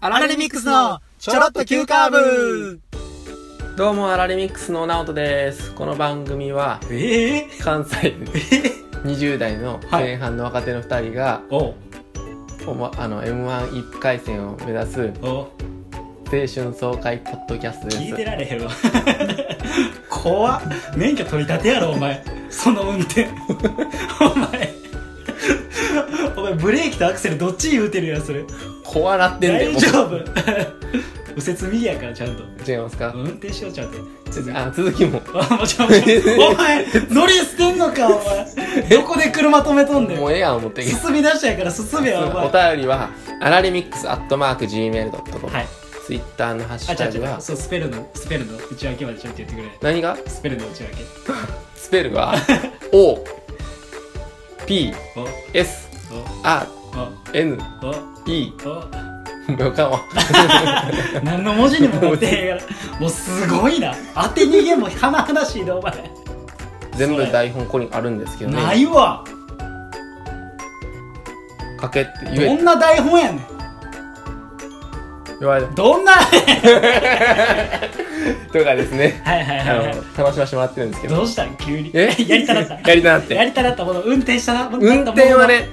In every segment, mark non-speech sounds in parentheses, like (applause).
アラレミックスのちょろっと急カーブどうもアラレミックスのナオトですこの番組はええ関 (laughs) 西20代の前半の若手の2人が、おおまあの m 1 1回戦を目指すお青春爽快ポッドキャスト聞いでてすられへんわ怖っ免許取り立てやろお前その運転お前お前ブレーキとアクセルどっち言うてるやんそれ怖なってんだよ大丈夫右折右やからちゃんと違いますか、運転しようちゃんとちょあの続きもあもちろんもちろんお前乗り捨てんのかお前どこで車止めとんねんもうええやん思ってんけど進み出したやから進めよお前お便りはアラレミックスアットマーク Gmail.com、はいツイッターのハッシあ、ュ違タうグ違はう、そう、スペルの、スペルの内訳までちょっと言ってくれ。何がスペルの内訳。スペル (laughs) は O P お、 S R N お、 E (laughs) お、お、よかもお、 (laughs) 何の文字にも持ってへん (laughs) から。もうすごいな。当て逃げも甚だしいな、お前。全部台本ここにあるんですけどなねいわ。書けって言どえんな台本やねん。言われるどんな、はいとかですねはい (laughs) はあいのは楽しませてもらってるんですけい。どどうしたん急に。え (laughs) やりたなった。やりたなってやりたなったもの、運転したな。運転は、ね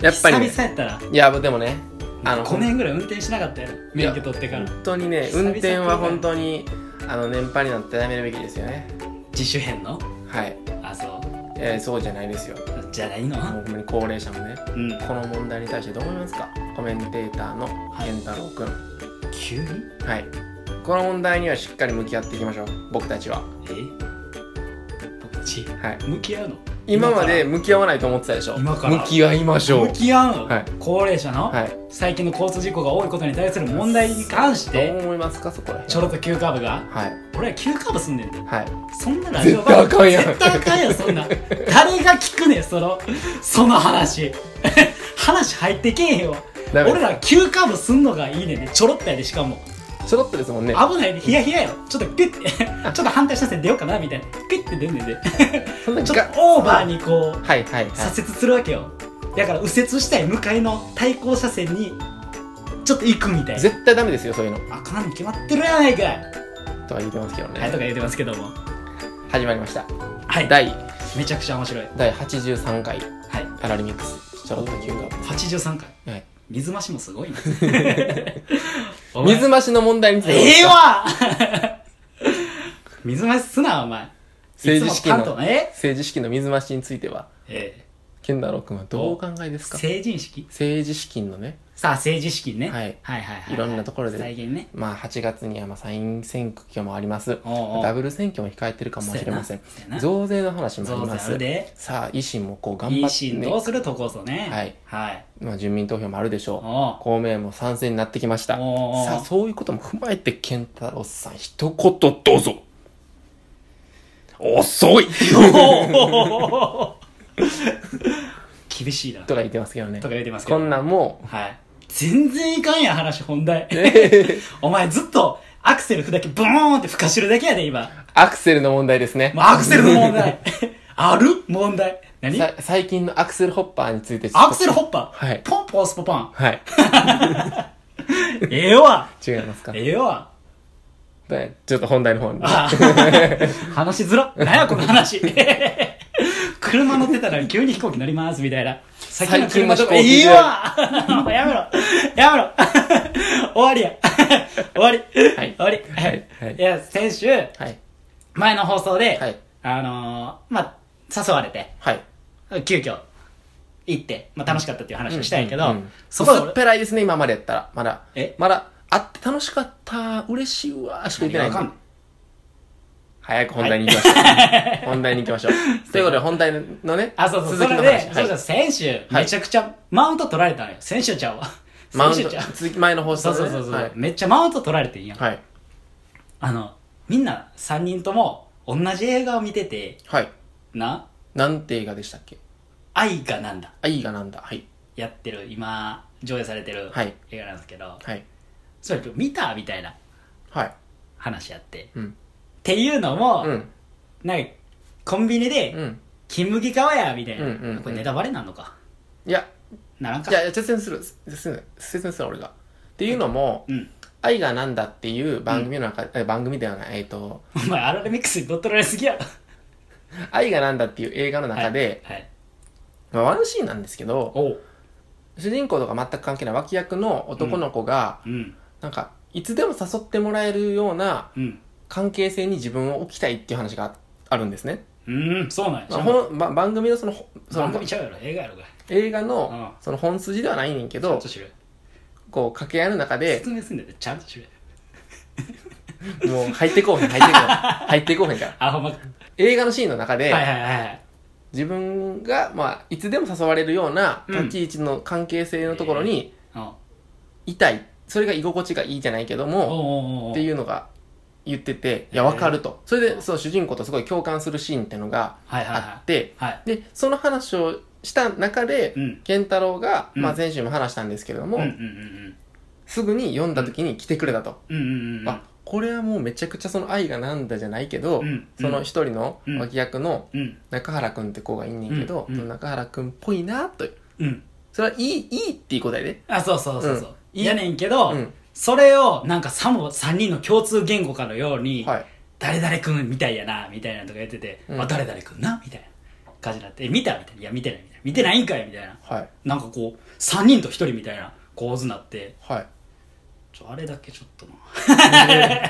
やっぱり、ね、久々やったら。いやでもねあの5年ぐらい運転しなかったやろ。免許取ってから。本当にね久々運転は本当にあの年配になってやめるべきですよね自主編のはい、あ、そう。えーそうじゃないですよもじゃないのうほんまに高齢者もねうん。この問題に対してどう思いますかコメンテーターの健太郎くん急にはいこの問題にはしっかり向き合っていきましょう僕たちはえ僕たちはい向き合うの今まで向き合わないと思ってたでしょ今から向き合いましょう向き合うの、はい高齢者の、はい最近の交通事故が多いことに対する問題に関しどてう思いますかそこら辺ちょろっと急カーブがはい俺は急カーブすんねんではいそんなラジオ番組絶対あ絶対あかんやんそんな誰が聞くねんそのその話 (laughs) 話入ってけえへんわダメ俺ら急カーブすんのがいいねんでちょろっとやでしかもちょろっとですもんね危ないでヒヤヒヤやろちょっとピュッて (laughs) ちょっと反対車線出ようかなみたいなピュッて出んねんでそんなちょっとオーバーにこうはいはいはい左折するわけよだから右折したい向かいの対向車線にちょっと行くみたいな絶対ダメですよそういうのあかんに決まってるやないかい、とは言ってますけどね、はいとか言ってますけども始まりましたはい第めちゃくちゃ面白い第83回はいアラリミックスちょろっと休暇83回はい水増しもすごい (laughs) なお前水増しの問題についてええわ (laughs) 水増しすなお前政治資金いつもの関東え政治資金の水増しについてはえ健太郎君はどうお考えですか成人式政治資金のねさあ政治資金ね、はいはいはいはいいろんなところで再現ねまあ8月にはまあ参院選挙もありますおうおうダブル選挙も控えてるかもしれませんそうやなそう増税の話もあり増税まあするでさあ維新もこう頑いい張ってシーンどうねするとこそねはいはいまあ住民投票もあるでしょうおう公明も賛成になってきましたおうおうさあそういうことも踏まえて健太郎さん一言どうぞ遅い厳しいな。と (laughs) とかか言ってますけどね言ってますけこど。んなんもはい。全然いかんやん、話、本題。う (laughs) お前ずっと、アクセル踏だけ、ブーンって吹かしてるだけやで、今。アクセルの問題ですねもうアクセルの問題。 (laughs) ある問題。何さ最近のアクセルホッパーについてアクセルホッホッパー。はいポンポンスポパン。パーはいええわ。違いますかええわ。でちょっと本題の方にあ (laughs) 話しづら。なんや、この話。 (laughs) 車乗ってたら急に飛行機乗ります、みたいな。最近の車とかいいわ (laughs) もうやめろやめろ (laughs) 終わりや (laughs) 終わり、はい終わり、はいはいい、や、先週、はい前の放送で、はいあのー、まあ、誘われて、はい急遽、行って、まあ、楽しかったっていう話をしたんやけど、うんうんうんそこ薄っはぺらいですね、今までやったら。まだ。えまだ、会って楽しかった、嬉しいわ、しか言って俺、なわいかんない。早く本題に行きましょう。本題に行きましょう。ということで、本題のね、あ、そうそう、そ続きれので、話。はそういそう、先週、はいめちゃくちゃ、マウント取られたのよ。先週ちゃうわ。マウ先ン週トちゃう。、続き前の放そ送うでそうねそうそう、はいめっちゃマウント取られてんやん、はい。あのみんな3人とも同じ映画を見ててはい。ななんて映画でしたっけ「愛がなんだあ、いいがなんだ。はい。」やってる今上映されてるはい映画なんですけど、はい。それ見たみたいなはい。話やって、うんっていうのも、うん。なんかコンビニでうん。 「金麦川や」みたいな、うんうんうんこれネタバレなんのかいや、ならんかいや、いや説明する。説明する。説明する、俺が。っていうのも、うん愛がなんだっていう番組の中、え番組ではない、えっ、と、お前アラレミックスに乗っ取られすぎや愛がなんだっていう映画の中で、はい、はい、まあ、ワンシーンなんですけど、おう主人公とか全く関係ない脇役の男の子が、うんなんか、いつでも誘ってもらえるようなうん関係性に自分を置きたいっていう話がああるんですね。うんそうなんやまあ、ほんば番組のその、ほそ番の組ちゃうやろ映画やろが映画うんのその本筋ではないねんけちゃんどと、しろよこう掛け合いの中で、説明すんだよちゃんとしろよもう入ってこうへん、入ってこうへん。 (laughs) 入ってこうへんから。あほんま、映画のシーンの中で、はいはいはいはい自分が、まあ、いつでも誘われるようなうん立ち位置の関係性のところにうんいたい。それが居心地がいいじゃないけども、おうおうおうっていうのが言ってて、いや、わかると。それで、その主人公とすごい共感するシーンっていうのがはいはいあはって、いはいで、その話をした中でう、ん健太郎が、うんまあ、先週も話したんですけれども、うんうんすぐに読んだ時に来てくれたと。うんうんうんうんあ、これはもうめちゃくちゃその愛がなんだじゃないけど、うんその一人のうん脇役のうん中原くんって子がいんねんけど、うんその中原くんっぽいなと。うんそれはいい、いいっていうことやで。あそうそうそうそう、うんやねんけど、うんそれをなんかさも3人の共通言語かのように、はい。誰々くんみたいやなみたいなのとか言ってて、うんあ誰々くんなみたいな感じになってえ見たみたいないや見てないみたいな見てないんかいみたいなはい。なんかこう3人と1人みたいな構図になってはい。ちょあれだけちょっとない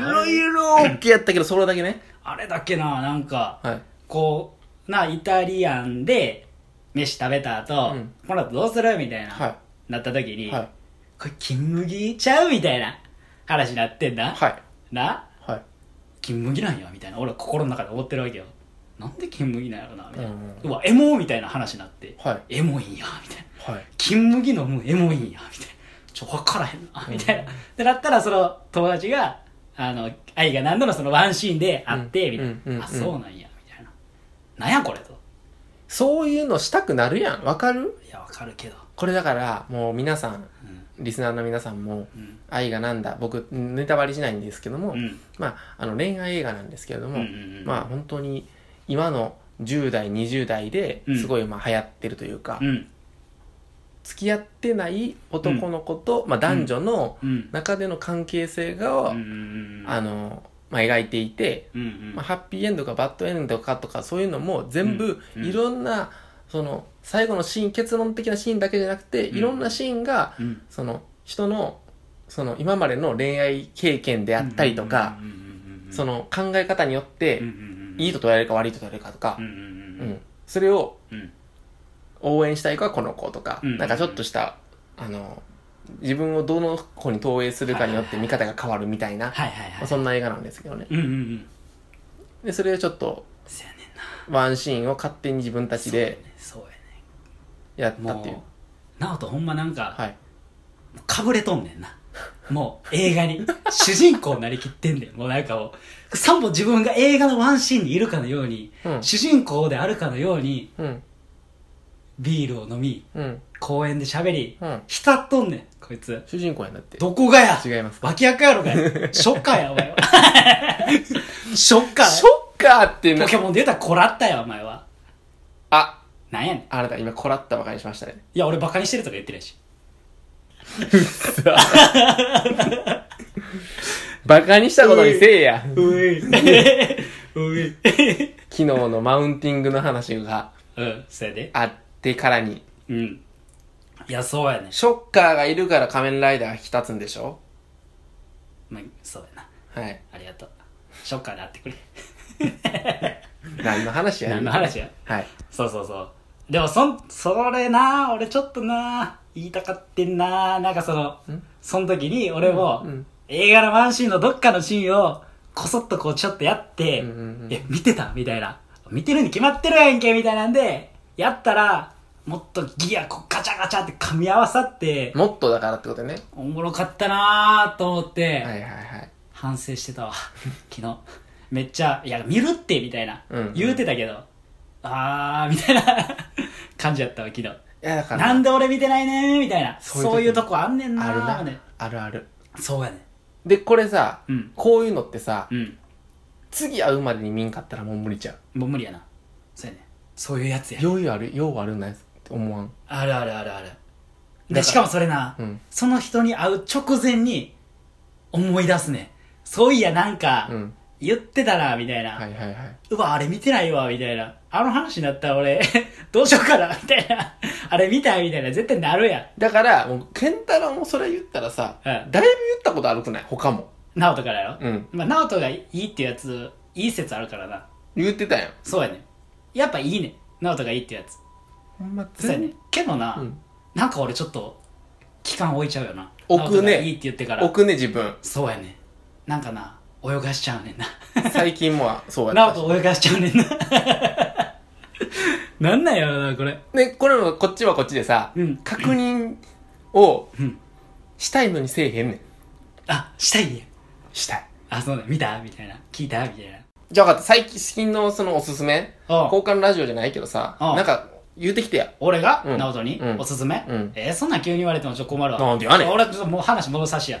ろいろ OK やったけど、それだけね。あれだけななんかはい。こうなイタリアンで飯食べた後、うんこの後どうするみたいな、はなった時い。に、はい。これ金麦ちゃうみたいな話になってんだ、はい。なはい。金麦なんやみたいな俺は心の中で思ってるわけよなんで金麦なんやろなみたいな、ううんうんわエモーみたいな話になって、はいエモいんやみたいなはい。金麦飲むエモいんやみたいなちょ分からへんなみたいな、でなったらその友達があの愛が何度のそのワンシーンで会って、うんみたいな、うんうんうんあそうなんやみたいななんやこれとそういうのしたくなるやん。わかるいや分かるけどこれだから、もう皆さん、うんリスナーの皆さんも、うん愛がなんだ、僕、ネタバレしないんですけども、うんまあ、あの恋愛映画なんですけれども、うんうんうんまあ本当に今の10代20代でうんすごいまあ流行ってるというか、うん付き合ってない男の子と、まあ、男女のうん中での関係性が、うんうんあのまあ、描いていて、うんうんまあ、ハッピーエンドかバッドエンドかとかそういうのも全部うんうんいろんな、その最後のシーン結論的なシーンだけじゃなくて、うんいろんなシーンがうんその人のその今までの恋愛経験であったりとか、うんうんうんうんその考え方によって、うんうんうんいいと取られるか悪いと取られるかとかうん、ううんんそれをうんうん応援したい子はこの子とか、うんなんかちょっとしたあの自分をどの子に投影するかによって見方が変わるみたいな、はいはいまはあいそんな映画なんですけどねうんうんうんでそれをちょっとそやねんなワンシーンを勝手に自分たちでそうやねやったっていうもう直人ほんまなんか、はいかぶれとんねんなもう映画に主人公になりきってんねんもうなんかもうさも自分が映画のワンシーンにいるかのように、うん主人公であるかのようにうんビールを飲みうん公園で喋り、うん浸っとんねんこいつ主人公やんだってどこがや違います脇役やろがやショッカーやお前は (laughs) ショッカーショッカーっていうのポケモンで言うたらこらったやお前はあなんやねんあなた今こらったばかりしましたねいや俺バカにしてるとか言ってないしバカにしたことにせえやういう (laughs) いう昨日のマウンティングの話がうんそれであってからにうんいやそうやねショッカーがいるから仮面ライダーが引き立つんでしょまあそうやなはい。ありがとうショッカーで会ってくれ何の話や何の話やはい。そうそうそうでもそんそれな俺ちょっとな言いたかってんななんかそのその時に俺も、うんうん映画のワンシーンのどっかのシーンをこそっとこうちょっとやって、うんうんうんえ見てたみたいな見てるに決まってるやんけみたいなんでやったらもっとギアこうガチャガチャって噛み合わさってもっとだからってことね。おもろかったなーと思って、はいはいはい。反省してたわ (laughs) 昨日めっちゃ「いや見るって」みたいな、うん言うてたけどあーみたいな (laughs) 感じやったわ昨日いやだから。なんで俺見てないねーみたいなそうそういうういうと時こあんねんなあるーなね。あるある。そうやねで、これさうん、こういうのってさう、ん次会うまでに見んかったらもう無理ちゃう。もう無理やなそうやねそういうやつや余裕ある、ようあるんだよって思わん。あるあるあるあるでしかもそれな、うんその人に会う直前に思い出すねそういやなんかうん言ってたなみたいな、はいはいはいうわあれ見てないわみたいなあの話になったら俺 (laughs) どうしようかなみたいなあれ見たいみたいな絶対なるやんだからもう健太郎もそれ言ったらさ、うんだいぶ言ったことあるくない他も直人からやろ、うんまあ、直人がいいっていうやついい説あるからな言ってたやんそうやねやっぱいいね直人がいいってやつほんまそうやねけどな、うんなんか俺ちょっと期間置いちゃうよな置直くね人がいいって言ってから置くね (laughs) 自分そうやねなんかな泳がしちゃうねんな最近もそうやなおったしと泳がしちゃうねんな。なんなんやろな、これ。でこれもこっちはこっちでさ、うん確認をうんしたいのにせえへんねんあ、したいんやしたいあ、そうだ、見たみたいな。聞いたみたいな。じゃあ分かった最近のそのおすすめおう交換ラジオじゃないけどさうんなんか言うてきてや俺が、うん直人に、うんおすすめ、うんえーそんなん急に言われてもちょっと困るわ。なんでやねん俺、ちょっともう話戻さし (laughs) や。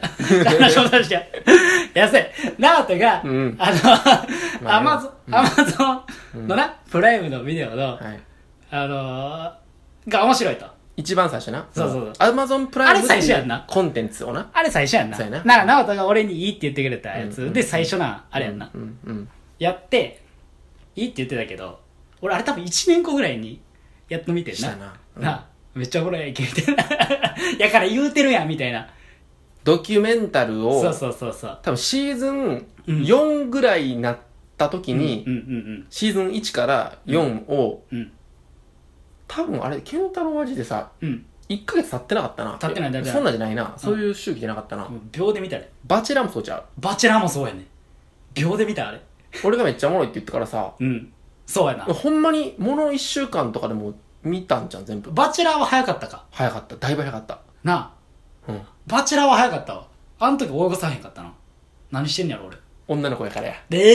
話戻さしや。 (laughs) やせ、直人が、うんあの、まあアマゾン、アマゾンのな、プライムのビデオの、はいあのー、が面白いと。一番最初なそうそうそうアマゾンプライムあれ最初やんなコンテンツをなあれ最初やんな。そうやななら、直人が俺にいいって言ってくれたやつ。うんうんで、最初な、あれやんな。うんうんやって、いいって言ってたけど、俺あれ多分1年後ぐらいにやっと見てんしたな。なうんなめっちゃおもろいやんけ、みたいな。 (laughs) やから言うてるやん、みたいな。ドキュメンタルをそうそうそうそう。多分シーズンうん4ぐらいになった時に、うんうんシーズン1から4を、うん。うん。多分あれ健太郎マジでさうん。 1ヶ月経ってなかったな経ってない経ってないそんなんじゃないな、そういう周期じゃなかったな、もう秒で見たね。バチェラーもそうちゃうバチェラーもそうやね。秒で見た、あれ。俺がめっちゃおもろいって言ったからさうん。そうやな。ほんまにもの1週間とかでも見たんじゃん全部バチェラーは早かったか。早かっただいぶ早かったなうんバチェラーは早かったわ。あの時泳がさへんかったな。何してんねやろ、俺。女の子やからやで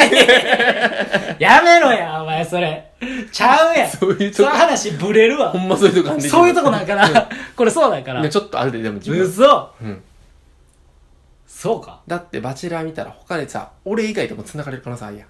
ー、 (laughs) やめろや、お前、それ。ちゃうやん。そういうとそこの話ブレるわほ。んまそういうとこ感じそういうとこなんかな。これそうだからね。ちょっとあるででも自分嘘うんそうか。だってバチェラー見たら他でさ俺以外とも繋がれる可能性あるやん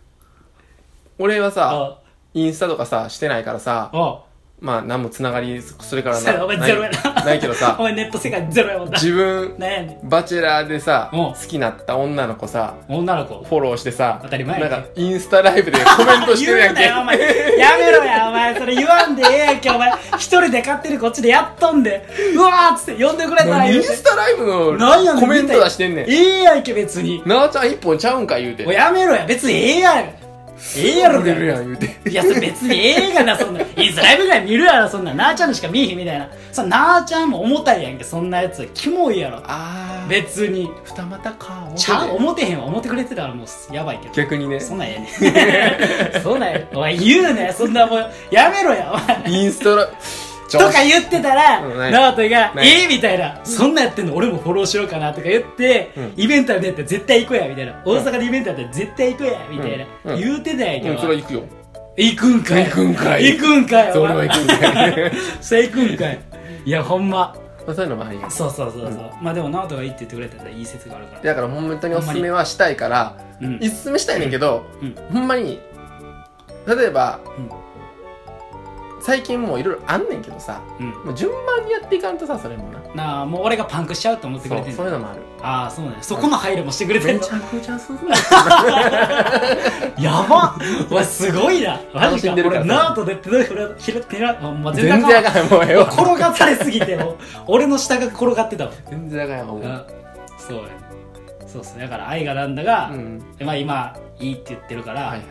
俺はさあ、インスタとかさしてないからさあ、まあ何も繋がりそれからそうやな (laughs) お前ないゼロやなないけ (laughs) どおさ前ネット世界ゼロやもんな。自分悩んで。バチェラーでさうん好きになった女の子さ女の子。フォローしてさ当たり前なやんけかインスタライブで (laughs) コメントして言るやうんなけよ、お前。やめろや、お前。それ言わんでええやんけ、お前。一人で勝手にこっちでやっとんで。うわーっつって呼んでくれたら何イ言ンうてスタライブなんやのねんコメント出してんねんええやんけ、別に。なあちゃん一本ちゃうんか言うてもうやめろや、別にええやん。ええやろ、売みたれいなるやん言うていや、それ別に映画な、そんな。インスタライブぐらい見るやろ、そんな。なあちゃんのしか見えへんみたいな。そんななあちゃんも重たいやんけ、そんなやつ。キモいやろ。あー別に。二股かちゃん、思てへんわ。思ってくれてたらもう、やばいけど。逆に (laughs) ねそんなんええねん。 (laughs) そんなんええ。お前言うなよ、そんなもう。やめろや、お前。インスタラ (laughs) とか言ってたうんら、ないナオトが、ないえーみたいな、そんなんやってんの俺もフォローしようかなとか言ってうん、イベントやったら絶対行こうや、みたいな。大阪でイベントやったら絶対行こうや、みたいな。うんうん言うてたやんけうどん、それは行くよ行くんかい行くんかい行くんかいそれは行くんだよそれ行くんかいいやほんま (laughs) まあそういうのもありやそうそうそうそう、まあでも直人がいいって言ってくれたらいい説があるからだから本当におすすめはしたいからうんおすすめしたいねんけど、うんほんまに例えば、うん最近もういろいろあんねんけどさうんもう順番にやっていかんとさそれもななあもう俺がパンクしちゃうと思ってくそれてうんそういうのもあるああそうねそこの配慮もしてくれてんめのちゃくちゃすごいやばお前すごいなマ楽ジしかんでるから俺直人で手のひらひらひらほんま全全然然ああかんかんもうええわ転がされすぎて (laughs) もう俺の下が転がってたもん全然あかんもうあそうやねそうっすねだから愛がなんだがう、んまあ今いいって言ってるから、はいはいは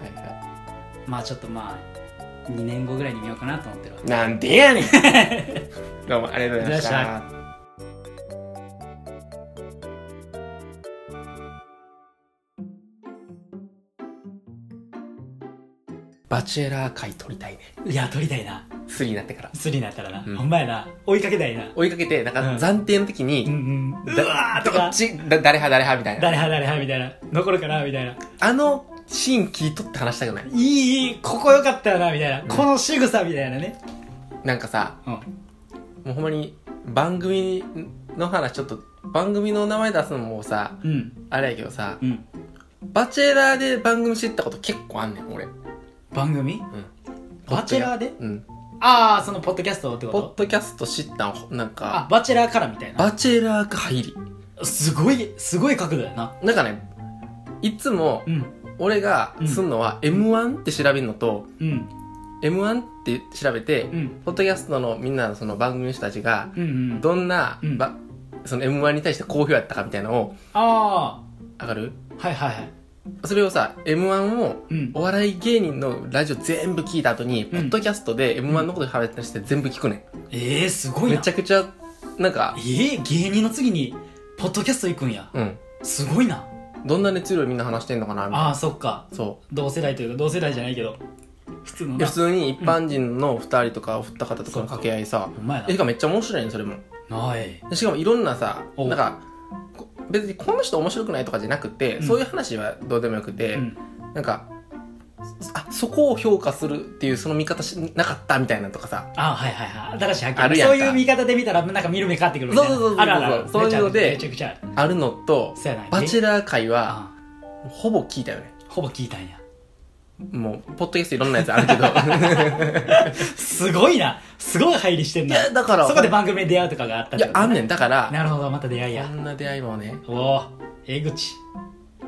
まあちょっとまあ2年後ぐらいに見ようかなと思ってるわいなんでやねん (laughs) どうもありがとうございましいらっしたバチェラー会取りたいねいや撮りたいな3になってからスリになったらな、うんほんまやな追いかけたいな追いかけてなんかうん暫定の時うに、んうんうだわーとどかっちだ誰派誰派みたいな誰派誰派みたいな残るかなみたいないあのシーン聞いとって話したくないいいいいここ良かったよなみたいな、この仕草みたいなねなんかさうんもうほんまに番組の話ちょっと番組の名前出すのもさうんあれやけどさうんバチェラーで番組知ったこと結構あんねん俺番組うんバチェラーでうんああそのポッドキャストってこポッとドキャスト知ったんほなんあかバチェラーからみたいなバチェラー入りすごいすごい角度やななんかねいつもうん俺がすんのは m 1って調べるのとうん m 1って調べて、うんポッドキャストのみんなのその番組の人たちがうんうんどんな、うんばその m 1に対して好評やったかみたいなのをあ上がるあはいはいはいそれをさ m 1をうんお笑い芸人のラジオ全部聞いた後に、んポッドキャストで m 1のこと喋ったりして全部聞くねええすんごいめなちゃくちゃなんかええ芸人の次にポッドキャスト行くんやうんすごいなどんな熱量みんな話してんのかなみたいあなあそっかそ同世代というか同世代じゃないけど普通のういなや普通に一般人の2人とかお二方とかの掛け合いさお前やえてかめっちゃ面白いねそれもなないしかもいろんなさおなんかこ別にこの人面白くないとかじゃなくて、うんそういう話はどうでもよくて、うんなんかあそこを評価するっていうその見方しなかったみたいなとかさああはいはいはい新しい発ある見やんそかういう見方で見たらなんか見る目変わってくるみたいなそうそうそうそうあるあるあるそういうのでめちゃくちゃあるあるのとそうやなバチェラー界はあほぼ聞いたよねあほぼ聞いたんやもうポッドキャストいろんなやつあ (laughs) るけどすごいなすごい入りしてんいなやだからそこで番組で出会うとかがあったっていやことあんねんだからなるほどまた出会いこやんな出会いもねおおえぐち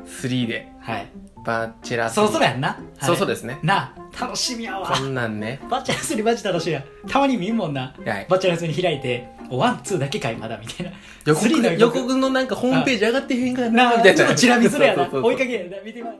3ではいバチェラーそろそろややんな、はいそうそうですねなあ楽しみやわこんなんねバチェラスにマジ楽しいやたまに見んもんなはいバチェラスに開いておワンツーだけかいまだみたいな予告スリーの予告のなんかホームページ上がってへんからななあみたいちょっなとチラ見するやなそうそうそうそ追ういかけやな見てまう